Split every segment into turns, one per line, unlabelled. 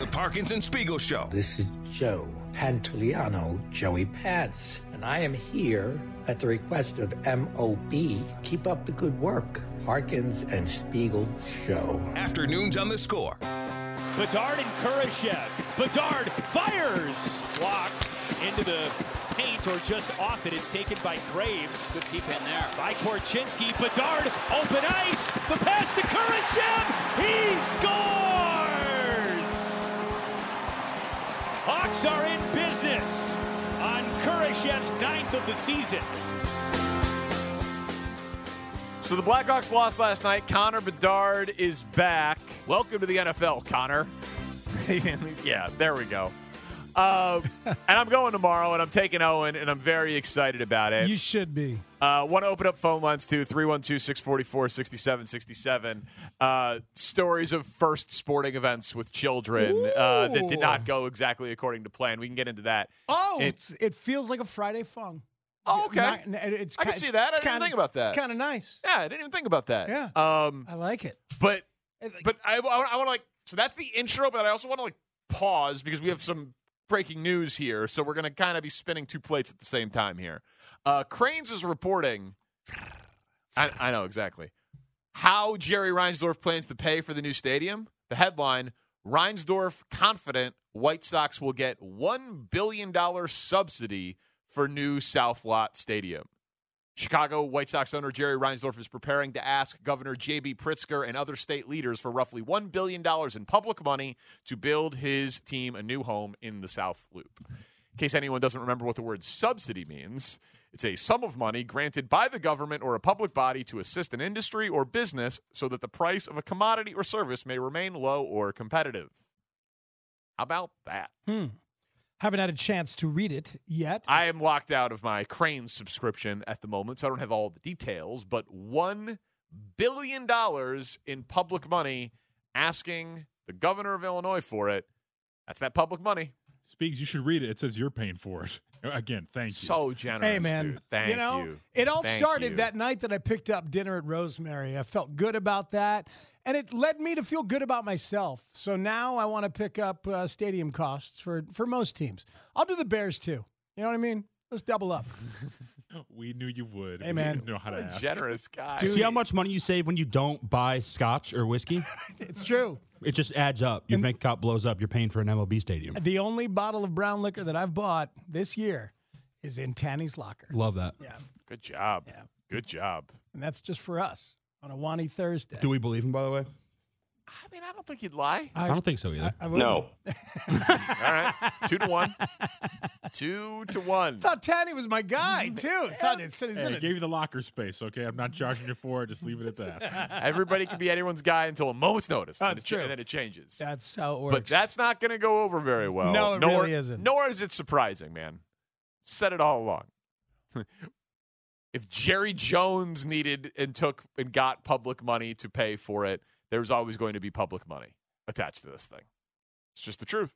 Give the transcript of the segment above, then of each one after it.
The Parkinson Spiegel Show.
This is Joe Pantoliano, Joey Pats, and I am here at the request of MOB. Keep up the good work. Parkins and Spiegel Show.
Afternoons on the score.
Bedard and Kurashev. Bedard fires. Blocked into the paint or just off it. It's taken by Graves. Good deep in there. By Korchinski. Bedard, open ice. The pass to Kurashev. He scores. Hawks are in business on Kurashev's ninth of the season.
So the Blackhawks lost last night. Connor Bedard is back. Welcome to the NFL, Connor. yeah, there we go. Uh, and I'm going tomorrow, and I'm taking Owen, and I'm very excited about it.
You should be.
Uh, Want to open up phone lines to 312 644 6767. Uh, Stories of first sporting events with children uh, that did not go exactly according to plan. We can get into that.
Oh,
It's-
it's, it feels like a Friday fun.
Oh, okay.
Not- n- it's
I can
ki-
see that. I
it's
didn't
kinda-
think about that.
It's kind of nice.
yeah, I didn't even think about that.
Yeah.
Um,
I like it.
but
It- like-
but I, I, want to like so that's the intro, but I also want to like pause because we have some breaking news here. So we're gonna kind of be spinning two plates at the same time here. Uh, Cranes is reporting. I, I know exactly how Jerry Reinsdorf plans to pay for the new stadium. The headline: Reinsdorf confident White Sox will get one billion dollar subsidy for new South Lot Stadium. Chicago White Sox owner Jerry Reinsdorf is preparing to ask Governor J.B. Pritzker and other state leaders for roughly $1 billion in public money to build his team a new home in the South Loop. In case anyone doesn't remember what the word subsidy means, it's a sum of money granted by the government or a public body to assist an industry or business so that the price of a commodity or service may remain low or competitive. How about that?
Haven't had a chance to read it yet.
I am locked out of my Crane subscription at the moment, so I don't have all the details, but $1 billion in public money asking the governor of Illinois for it. That's that public money.
Speaks, you should read it. It says you're paying for it. Again, thank you.
So generous.
Hey man,
dude. Thank
you know it all
Thank
started
you.
that night that I picked up dinner at Rosemary. I felt good about that, and it led me to feel good about myself. So now I want to pick up uh, stadium costs for for most teams. I'll do the Bears too. You know what I mean? Let's double up.
we knew you would.
Hey,
we just
man.
didn't know how to
What a
ask.
generous guy.
See how much money you save when you don't buy scotch or whiskey?
It's true.
It just adds up. Your bank account blows up. You're paying for an MLB stadium.
The only bottle of brown liquor that I've bought this year is in Tanny's locker,
Love that.
Good job. Good job.
and that's just for us on a Wani Thursday.
Do we believe him, by the way?
I mean, I don't think he'd lie.
I, don't think so either.
no.
All right. Two to one. Two to one.
I thought Tanny was my guy too. Thought it's, it's,
Hey, I gave you the locker space, okay? I'm not charging you for it. Just leave it at that.
Everybody can be anyone's guy until a moment's notice. and
That's
it cha-
true.
And then it changes.
that's how it works.
But that's not going to go over very well.
No, it
nor,
really isn't.
Nor is it surprising, man. Said it all along. if Jerry Jones needed and took and got public money to pay for it, there's always going to be public money attached to this thing. It's just the truth.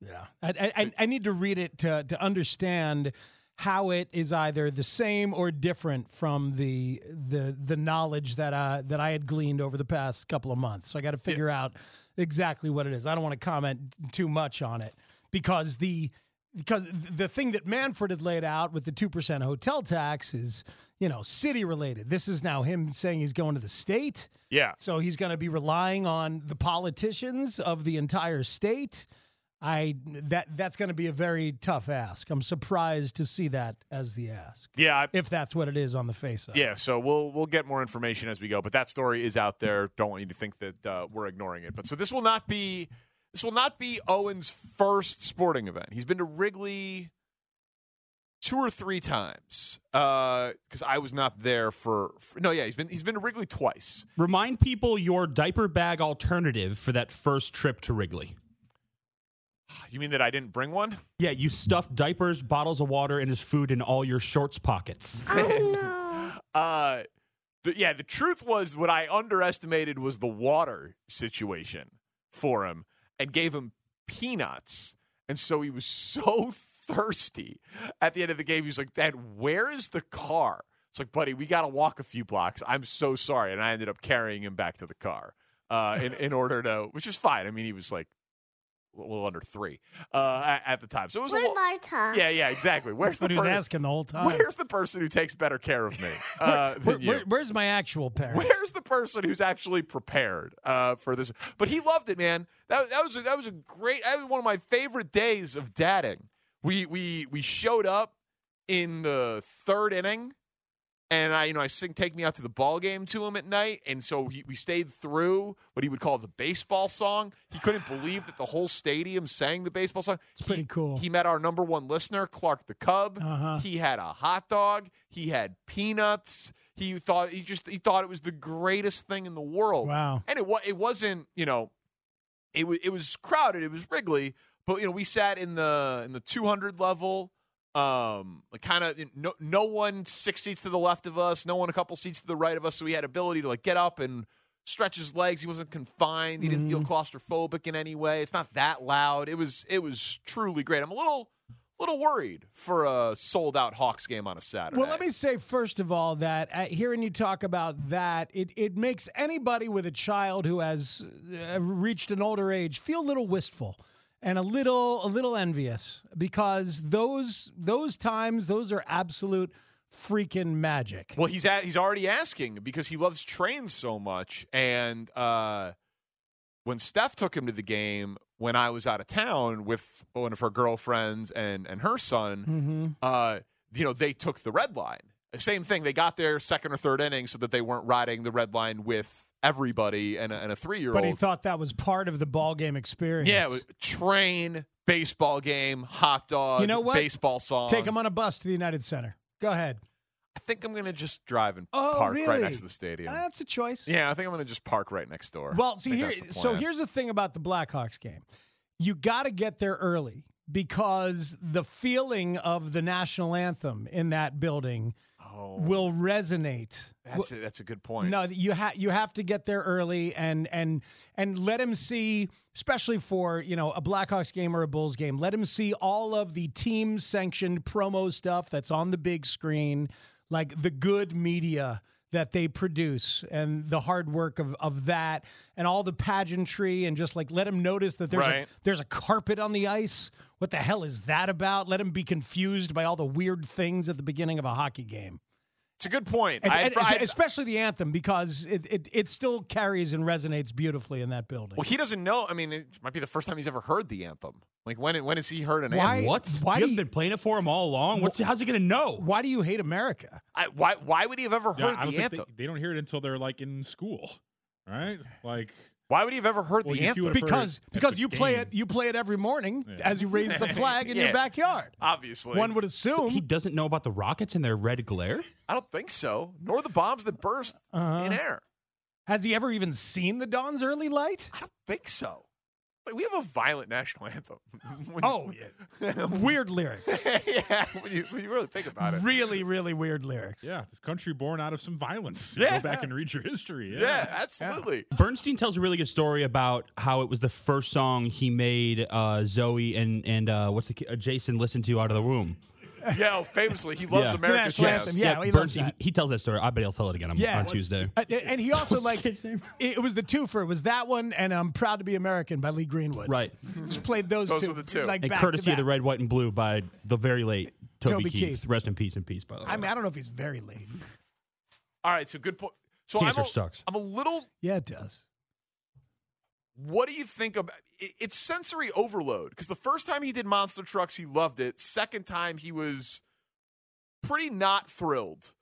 Yeah, I, I, I- I need to read it to, to understand how it is either the same or different from the the the knowledge that uh that I had gleaned over the past couple of months. So I got to figure out exactly what it is. I don't want to comment too much on it because the because the thing that Manfred had laid out with the two percent hotel tax is you know city related. This is now him saying he's going to the state.
Yeah.
So he's going to be relying on the politicians of the entire state. I that that's going to be a very tough ask. I'm surprised to see that as the ask.
Yeah, I-
if that's what it is on the face of. it.
Yeah, so we'll we'll get more information as we go, but that story is out there. Don't want you to think that uh, we're ignoring it. But so this will not be this will not be Owen's first sporting event. He's been to Wrigley two or three times because I was not there for, for no. Yeah, he's been he's been to Wrigley twice.
Remind people your diaper bag alternative for that first trip to Wrigley.
You mean that I didn't bring one?
Yeah, you stuffed diapers, bottles of water, and his food in all your shorts pockets.
Uh, the, yeah, the truth was what I underestimated was the water situation for him and gave him peanuts. And so he was so thirsty at the end of the game. He was like, Dad, where is the car? It's like, buddy, we got to walk a few blocks. I'm so sorry. And I ended up carrying him back to the car uh, in, in order to, which is fine. I mean, he was like a little under three uh, at, at the time. So it was a little. Yeah, yeah, exactly. Where's
That's what
the
he was
per-
asking the whole time.
Where's the person who takes better care of me uh,
Where-
than you?
where- where's my actual parent?
Where's the person who's actually prepared uh, for this? But he loved it, man. That, that was a, that was a great. That was one of my favorite days of dadding. We we we showed up in the third inning, and I you know I sing "Take Me Out to the Ball Game" to him at night, and so he, we stayed through what he would call the baseball song. He couldn't believe that the whole stadium sang the baseball song. It's
pretty cool.
He met our number one listener, Clark the Cub.
Uh-huh.
He had a hot dog. He had peanuts. He thought he just he thought it was the greatest thing in the world.
Wow.
And it wa- it wasn't you know, it was it was crowded. It was Wrigley, but you know we sat in the in the two hundred level. Um, like kind of no no one six seats to the left of us, no one a couple seats to the right of us. So he had ability to like get up and stretch his legs. He wasn't confined. He didn't feel
Mm.
claustrophobic in any way. It's not that loud. It was it was truly great. I'm a little little worried for a sold out Hawks game on a Saturday.
Well, let me say first of all that uh, hearing you talk about that, it, it makes anybody with a child who has uh, reached an older age feel a little wistful and a little a little envious because those those times those are absolute freaking magic.
Well, he's at, he's already asking because he loves trains so much. And uh, when Steph took him to the game when I was out of town with one of her girlfriends and and her son,
Mm-hmm.
uh, you know, they took the red line. Same thing. They got their second or third inning so that they weren't riding the red line with everybody and a, and a three year old.
But he thought that was part of the ball game experience.
yeah, it was train, baseball game, hot dog,
You know what?
baseball song.
Take him on a bus to the United Center. Go ahead.
I think I'm gonna just drive and
Oh,
park
really?
right next to the stadium.
Ah, That's a choice.
Yeah, I think I'm going to just park right next door.
Well,
I
see
think
here.
that's the
So
plan.
here's the thing about the Blackhawks game: you got to get there early because the feeling of the national anthem in that building
Oh.
will resonate.
that's a, that's a good point.
No, you have you have to get there early and and and let him see, especially for you know a Blackhawks game or a Bulls game. Let him see all of the team sanctioned promo stuff that's on the big screen, like the good media that they produce and the hard work of of that and all the pageantry and just like let him notice that there's
Right.
a there's a carpet on the ice. What the hell is that about? Let him be confused by all the weird things at the beginning of a hockey game.
it's a good point.
And,
I had
and
fr- I had-
especially the anthem because it, it, it still carries and resonates beautifully in that building.
well, he doesn't know. I mean, it might be the first time he's ever heard the anthem. Like when when has he heard an
Why-
anthem?
what?
why do
you haven't
you-
been playing it for him all along. What's how's he gonna know?
Why do you hate America?
I, why why would he have ever
Yeah,
heard
I don't
the
think they,
anthem?
they don't hear it until they're like in school, right? Like
why would he have ever heard
Well,
the
you- you
anthem?
would've- I've heard
Because
it at
because
the
you play
game.
it you play it every morning
Yeah.
as you raise the flag in
Yeah.
your backyard.
Obviously,
One would
He
assume.
doesn't know about the rockets and their red glare.
I don't think so. Nor the bombs that burst
Uh-huh.
in air.
Has he ever even seen the dawn's early light?
I don't think so. Like, we have a violent national anthem. When-
Oh, yeah. weird lyrics.
yeah. When you, when you really think about it.
Really, really weird lyrics.
yeah, this country born out of some violence.
Yeah.
Go back and read your history. Yeah.
Yeah, absolutely.
Bernstein tells a really good story about how it was the first song he made uh, Zoe and and uh, what's the ki- uh, Jason listened to out of the womb.
Yeah, oh, famously, he loves
Yeah.
America's
National
jazz.
anthem, yeah. he loves
Bernstein
that.
he, he tells that story. I bet he'll tell it again on,
Yeah.
Um, on
What's-
Tuesday.
Uh, And he also
What's the
like
kid's name?
it was the twofer. It was that one and "I'm Proud to Be American" by Lee Greenwood.
Right.
just played those.
Those
two,
were the two.
Like
and
back to
courtesy of the
back.
red, white, and blue by the very late Toby,
Toby
Keith.
Keith.
Rest in peace and peace, by the way.
I mean, I don't know if he's very late.
All right, so good point. So
Cancer
I'm a,
sucks.
I'm a little
Yeah, it does.
What do you think about it- it's sensory overload? Because the first time he did monster trucks, he loved it. Second time, he was pretty not thrilled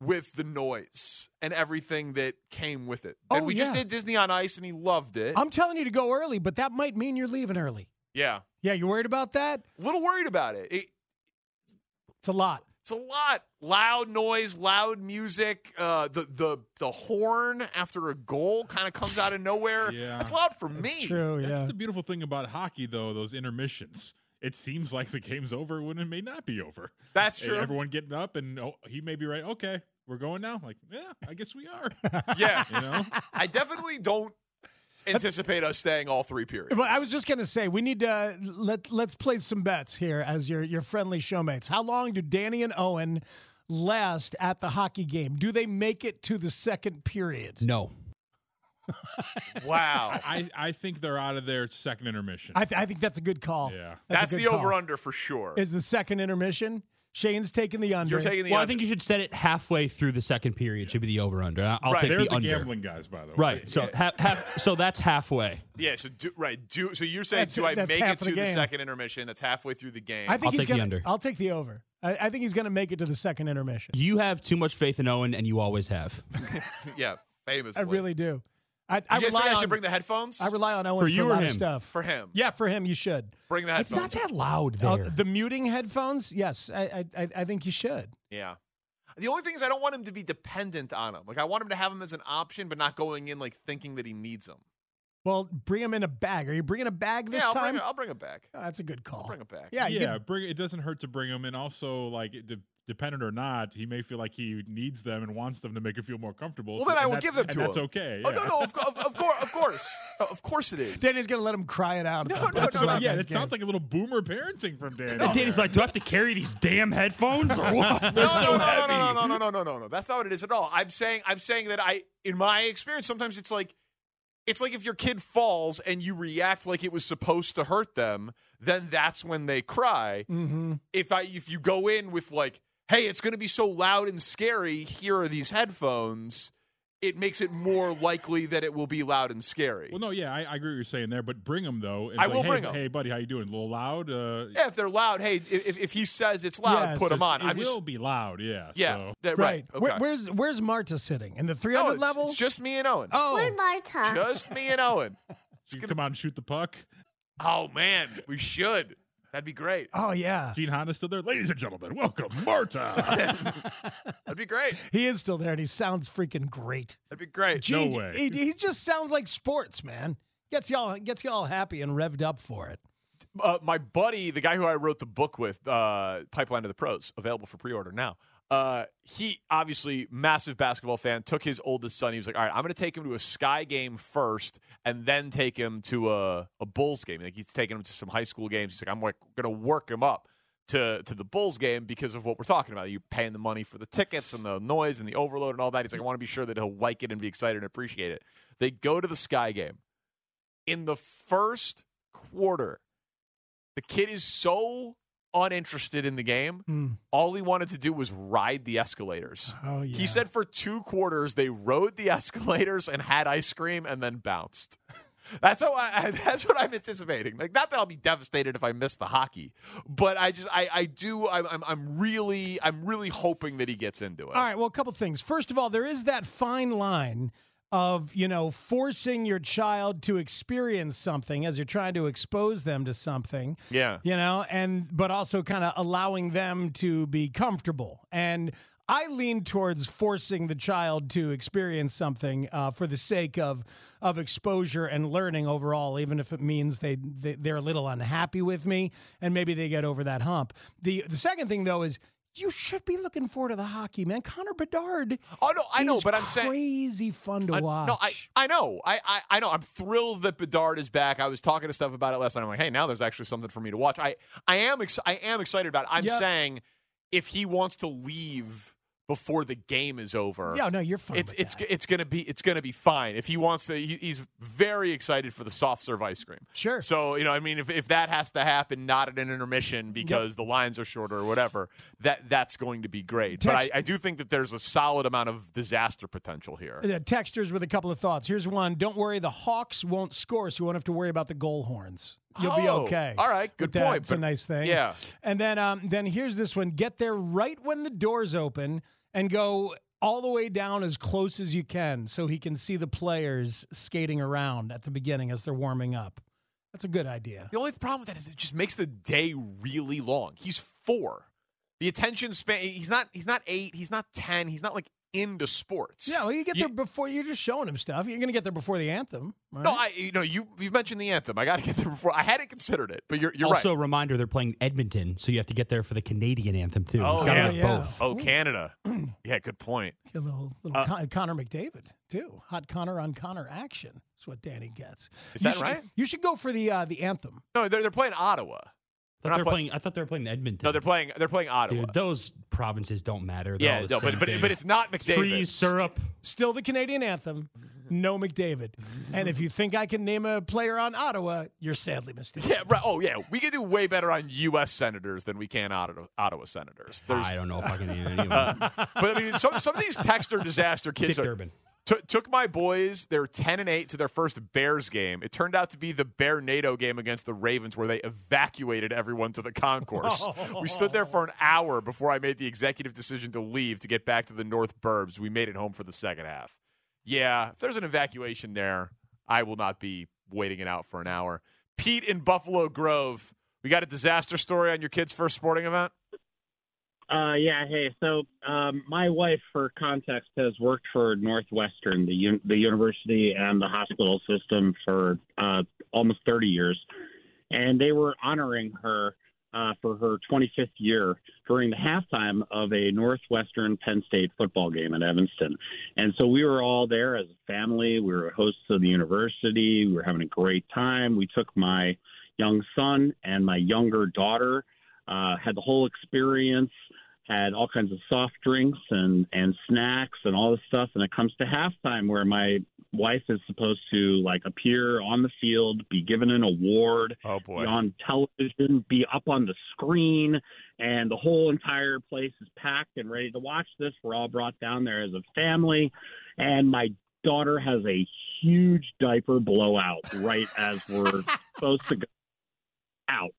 with the noise and everything that came with it.
Oh,
and we just
yeah.
did Disney on Ice, and he loved it.
I'm telling you to go early, but that might mean you're leaving early.
yeah,
Yeah, you worried about that?
a little worried about it. it.
It's a lot.
It's a lot loud noise, loud music. Uh, the the the horn after a goal kind of comes out of nowhere.
Yeah.
That's loud for me.
True,
That's
yeah.
the beautiful thing about hockey, though. Those intermissions. It seems like the game's over when it may not be over.
That's
And
true.
Everyone getting up, and oh, he may be right. Okay, we're going now. Like, yeah, I guess we are.
Yeah,
You know,
I definitely don't anticipate us staying all three periods.
But I was just gonna say we need to let let's play some bets here as your your friendly showmates. How long do Danny and Owen last at the hockey game? Do they make it to the second period?
No.
wow.
I I think they're out of their second intermission.
I, th- I think that's a good call.
Yeah.
a
That's,
good
the
call.
over under for sure.
Is the second intermission? Shane's taking the under.
You're taking the
Well, I
under.
think you should set it halfway through the second period. Should be the over under. I'll
Right.
take
they're
the,
the,
under.
gambling guys, by the way.
Right. So ha- half, so that's halfway.
yeah. So do, right. Do so you're saying
That's-
do I
that's
make
half
it
the
to the
game.
second intermission? That's halfway through the game.
I think
I'll
he's
take the
gonna.
under.
I'll take the over. I, I think he's gonna make it to the second intermission.
You have too much faith in Owen, and you always have.
yeah. Famously.
I really do. I, I
You guys think
rely
I
on.
should bring the headphones
I rely on Owen
For
for,
you
a
or
lot
him?
of stuff.
for him?
yeah, for him, you should.
Bring the
It's
headphones.
not that loud there.
Uh, the muting headphones, yes, I, I I- I think you should.
Yeah. The only thing is, I don't want him to be dependent on him. Like, I want him to have him as an option, but not going in like thinking that he needs him.
Well, bring him in a bag. Are you bringing a bag this
yeah, I'll
time?
bring, it- I'll bring him back.
Oh, that's a good call.
bring it back.
Yeah, you
yeah,
could-
bring it doesn't hurt to bring them, and also like it de- dependent or not, he may feel like he needs them and wants them to make him feel more comfortable.
Well,
so-
then I
and
will
that-
give them
and
to
that's
him.
okay.
Oh
yeah.
no, no, of, of, of course, of course, Uh, of course it is.
Danny's gonna let him cry it out.
No, no, no,
So,
no,
yeah, that sounds like a little boomer parenting from Dan.
And Danny's like, do I have to carry these damn headphones or what? They're
no,
so
no, no,
heavy.
no, no, no, no, no, no, no, no. That's not what it is at all. I'm saying, I'm saying that I, in my experience, sometimes it's like, it's like if your kid falls and you react like it was supposed to hurt them, then that's when they cry.
Mm-hmm.
If I, if you go in with like, hey, it's going to be so loud and scary. Here are these headphones. It makes it more likely that it will be loud and scary.
Well, no, yeah, I, I agree what you're saying there, but bring them though. and
I
like,
will
hey,
bring 'em.
Hey, buddy, how you doing? A little loud. Uh,
yeah, if they're loud, hey, if, if he says it's loud,
Yes.
put him on.
It
I'm
will
just,
be loud. Yeah.
yeah,
so-
that-
Right.
right.
Where-
okay.
where's Where's Marta sitting in the 300
no, it's,
level?
it's just me and Owen.
oh,
Just me and Owen.
you
gonna-
come out and shoot the puck.
Oh man, we should. That'd be great.
oh yeah,
Gene Honda's still there. Ladies and gentlemen, welcome Marta.
That'd be great.
he is still there, and he sounds freaking great.
That'd be great.
Gee,
way.
He, he just sounds like sports, man. Gets y'all gets y'all happy and revved up for it.
Uh, my buddy, the guy who I wrote the book with, uh, Pipeline to the Pros, available for pre-order now. Uh, he obviously massive basketball fan. Took his oldest son. He was like, "All right, I'm going to take him to a Sky game first, and then take him to a, a Bulls game." Like he's taking him to some high school games. He's like, "I'm like going to work him up." to to the Bulls game because of what we're talking about. You're paying the money for the tickets and the noise and the overload and all that. He's like, I want to be sure that he'll like it and be excited and appreciate it. They go to the Sky game. In the first quarter, the kid is so uninterested in the game. All he wanted to do was ride the escalators.
Hmm. Oh yeah.
He said for two quarters they rode the escalators and had ice cream and then bounced. That's how I, that's what I'm anticipating. Like, not that I'll be devastated if I miss the hockey, but I just I I do I'm I'm, I'm really I'm really hoping that he gets into it.
All right. Well, a couple things. First of all, there is that fine line of you know forcing your child to experience something as you're trying to expose them to something.
Yeah.
You know, and but also kind of allowing them to be comfortable and. I lean towards forcing the child to experience something uh, for the sake of of exposure and learning overall, even if it means they, they they're a little unhappy with me and maybe they get over that hump. the The second thing though is you should be looking forward to the hockey, man. Connor Bedard.
Oh no, I know,
is
but I'm saying
crazy fun to
I-
watch.
No, I, I know. I, I I know. I'm thrilled that Bedard is back. I was talking to stuff about it last night. I'm like, hey, now there's actually something for me to watch. I I am ex- I am excited about. It. I'm
Yep.
saying if he wants to leave before the game is over.
Yeah, no, you're fine
It's
with
it's it's gonna be it's gonna be fine if he wants to. He, he's very excited for the soft serve ice cream.
Sure.
So you know, I mean, if if that has to happen, not at an intermission because the lines are shorter or whatever, that that's going to be great.
Text-
but I, I do think that there's a solid amount of disaster potential here.
Uh, texters with a couple of thoughts. Here's one. Don't worry, the Hawks won't score, so you won't have to worry about the goal horns. You'll be
Oh,
okay.
all right,
with
good
that.
point,
It's a
but-
nice thing.
yeah.
And then, um, then here's this one. Get there right when the doors open and go all the way down as close as you can, so he can see the players skating around at the beginning as they're warming up. That's a good idea.
The only problem with that is it just makes the day really long. He's four. The attention span. He's not. He's not eight. He's not ten. He's not like into sports.
Yeah, well, you get there before you're just showing him stuff. You're going to get there before the anthem. right?
No, I. You know, you you've mentioned the anthem. I got to get there before. I hadn't considered it, but you're you're
also, a
right.
reminder they're playing Edmonton, so you have to get there for the Canadian anthem too. it's got to
Canada.
have both.
Oh, Canada. Yeah, good point.
A little, little
Uh,
Con- Connor McDavid too. Hot Connor on Connor action. That's what Danny gets.
Is
You
that
should-
right?
You should go for the uh, the anthem.
No, they're they're playing Ottawa.
I thought
not
they were
play-
playing. I thought they were playing Edmonton.
No, they're playing they're playing Ottawa.
Dude, those provinces don't matter. They're all
yeah,
the
no, but
same
but,
thing.
but it's not McDavid.
trees, syrup.
Still the Canadian anthem. No McDavid. And if you think I can name a player on Ottawa, you're sadly mistaken.
Yeah, right. Oh, yeah. We can do way better on U.S. senators than we can Ottawa, Ottawa senators. There's,
I don't know if I can do it anyway.
but I mean, some some of these texter disaster
Dick
kids are,
Durbin.
took took my boys. They're ten and eight to their first Bears game. It turned out to be the Bear NATO game against the Ravens, where they evacuated everyone to the concourse. we stood there for an hour before I made the executive decision to leave to get back to the North Burbs. We made it home for the second half. Yeah, if there's an evacuation there, I will not be waiting it out for an hour. Pete in Buffalo Grove, we got a disaster story on your kid's first sporting event.
Uh, yeah. Hey. So, um, my wife, for context, has worked for Northwestern, the un- the university and the hospital system for uh, almost 30 years, and they were honoring her uh, for her 25th year during the halftime of a Northwestern Penn State football game in Evanston. And so we were all there as a family. We were hosts of the university. We were having a great time. We took my young son and my younger daughter. Uh, had the whole experience had all kinds of soft drinks and and snacks and all this stuff and it comes to halftime where my wife is supposed to like appear on the field be given an award
Oh
be on television be up on the screen and the whole entire place is packed and ready to watch this we're all brought down there as a family and my daughter has a huge diaper blowout right as we're supposed to go out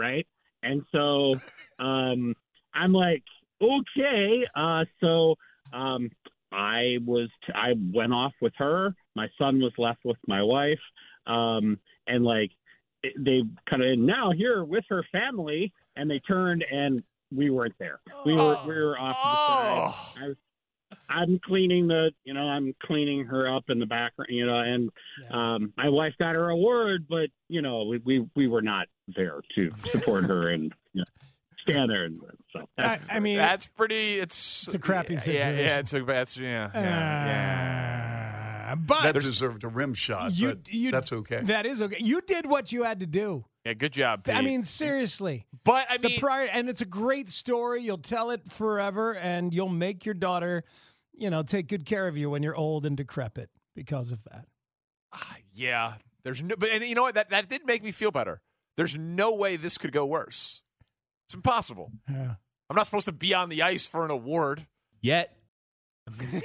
right and so um I'm like, okay. Uh, so um, I was, t- I went off with her. My son was left with my wife, um, and like it- they kind of now here with her family, and they turned and we weren't there. We were, we were off
Oh.
to the side. I was, I'm cleaning the, you know, I'm cleaning her up in the background, you know, and um, my wife got her award, but you know, we we, we were not there to support her and you know, stand there. And, so
I, I mean,
That's pretty. It's
It's a crappy
Yeah, yeah,
situation.
yeah it's a that's yeah. yeah,
uh, but
That deserved a rim shot,
you,
but
you,
that's okay.
That is okay. You did what you had to do.
yeah, good job. Pete.
I mean, seriously.
but I
the
mean,
prior and it's a great story you'll tell it forever and you'll make your daughter you know take good care of you when you're old and decrepit because of that
ah, yeah. There's no, but and you know what? That that did make me feel better. There's no way this could go worse. It's impossible.
yeah
I'm not supposed to be on the ice for an award,
Yet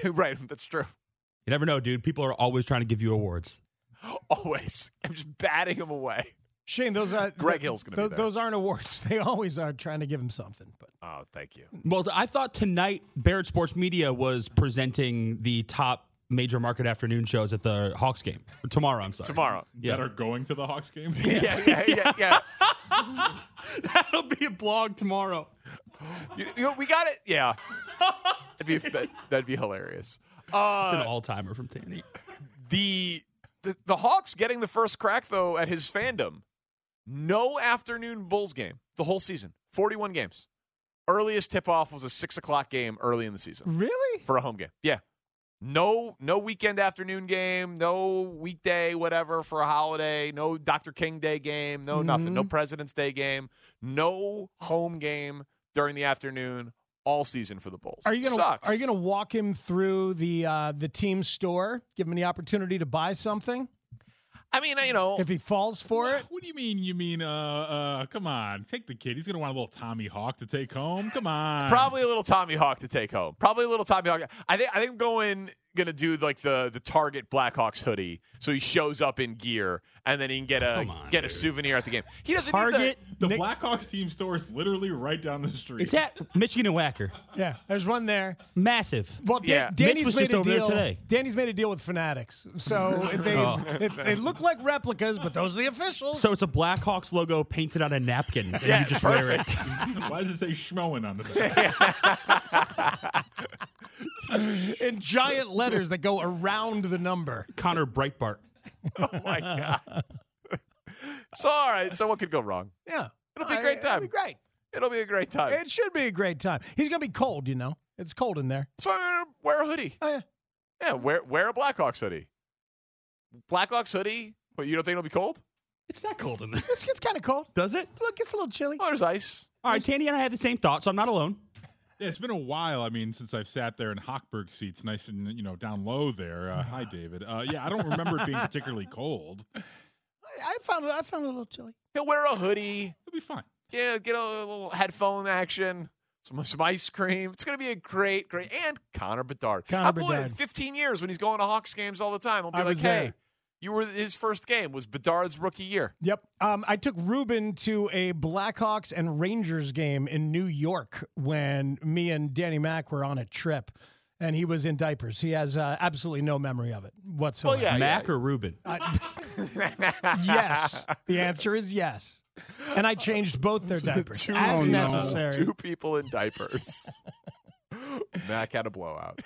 right? That's true.
you never know, dude. People are always trying to give you awards.
Always, I'm just batting them away.
shane those are
Greg Hill's gonna be
those,
there.
those aren't awards they always are trying to give him something but
Oh, thank you.
Well, I thought tonight Barrett Sports Media was presenting the top major market afternoon shows at the Hawks game tomorrow. I'm sorry.
Tomorrow,
Yeah.
that are going to the Hawks game.
yeah, yeah, yeah, yeah.
That'll be a blog tomorrow.
you, you know, we got it. Yeah, that'd be that, that'd be hilarious. Uh,
It's an all timer from Tanny.
the, the the Hawks getting the first crack though at his fandom. No afternoon Bulls game the whole season. Forty-one games. Earliest tip-off was a six o'clock game early in the season
really
for a home game. Yeah. No, no weekend afternoon game, no weekday, whatever for a holiday, no Dr. King Day game,
Mm-hmm.
no nothing, no President's Day game, no home game during the afternoon, all season for the Bulls.
Are you gonna
Sucks.
Are you gonna walk him through the uh, the team store? Give him the opportunity to buy something.
I mean, you know,
if he falls for it,
What do you mean? You mean, uh, uh, come on, take the kid. He's gonna want a little Tommy Hawk to take home. Come on,
Probably a little Tommy Hawk to take home. Probably a little Tommy Hawk. I think I think I'm going gonna do like the the Target Blackhawks hoodie, so he shows up in gear, and then he can get a get a souvenir at the game. He doesn't need the-
Target. The, Blackhawks team store is literally right down the street.
It's at Michigan and Wacker.
Yeah, there's one there.
Massive.
Well, Dan-
Yeah. Mitch
Danny's
was
made
just
a
over there
deal.
today.
Danny's made a deal with Fanatics, so they
Oh.
it- they look like replicas, but those are the officials.
So it's a Blackhawks logo painted on a napkin, and you just wear it.
Why does it say Schmoen on the back?
in giant letters that go around the number.
Connor Breitbart.
oh my god. so all right. So what could go wrong?
Yeah, Uh,
It'll be a great time.
It'll be great.
It'll be a great time.
It should be a great time. He's gonna be cold, you know. It's cold in there.
That's why I'm gonna wear a hoodie.
Oh yeah.
Yeah. Wear wear a Blackhawks hoodie. Blackhawks hoodie. But you don't think it'll be cold?
It's not cold in there.
It's, it's kind of cold.
Does it?
Look, it's a little chilly.
Oh, there's ice.
All right, Tandy and I had the same thought, so I'm not alone.
Yeah, it's been a while. I mean, since I've sat there in Hochberg seats, nice and you know down low there. Uh, hi, David. Uh, yeah, I don't remember it being particularly cold.
I, I found it. I found it a little chilly.
He'll wear a hoodie.
It'll be fine.
Yeah, get a little headphone action, some, some ice cream. It's going to be a great, great. And Connor Bedard.
Connor
How cool is it?
Bedard.
15 years when he's going to Hawks games all the time. I'll be
I
like,
was
hey,
there.
you were his first game was Bedard's rookie year.
Yep. Um, I took Ruben to a Blackhawks and Rangers game in New York when me and Danny Mack were on a trip, and he was in diapers. He has uh, absolutely no memory of it whatsoever.
Well, yeah,
Mac or Ruben?
yes. The answer is yes. And I changed both their diapers
oh
Two,
as
people-
necessary.
two people in diapers. Mac had a blowout.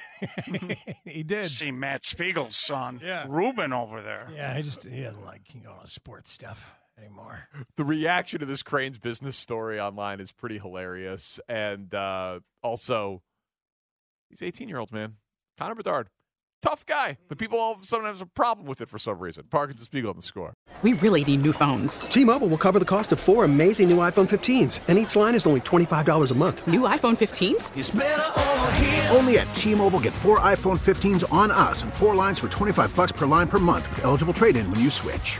he did.
See Matt Spiegel's son, Ruben, over there.
Yeah, I just he doesn't like you know, sports stuff anymore.
the reaction to this Crane's business story online is pretty hilarious. And uh, also, these 18 year olds, man. Connor Bedard, tough guy, but people all sometimes have a problem with it for some reason. Parkinson Spiegel on the score.
We really need new phones.
T-Mobile will cover the cost of four amazing new iPhone 15s, and each line is only $25 a month.
New iPhone 15s?
Only at T-Mobile, get four iPhone 15s on us and four lines for 25 bucks per line per month with eligible trade-in when you switch.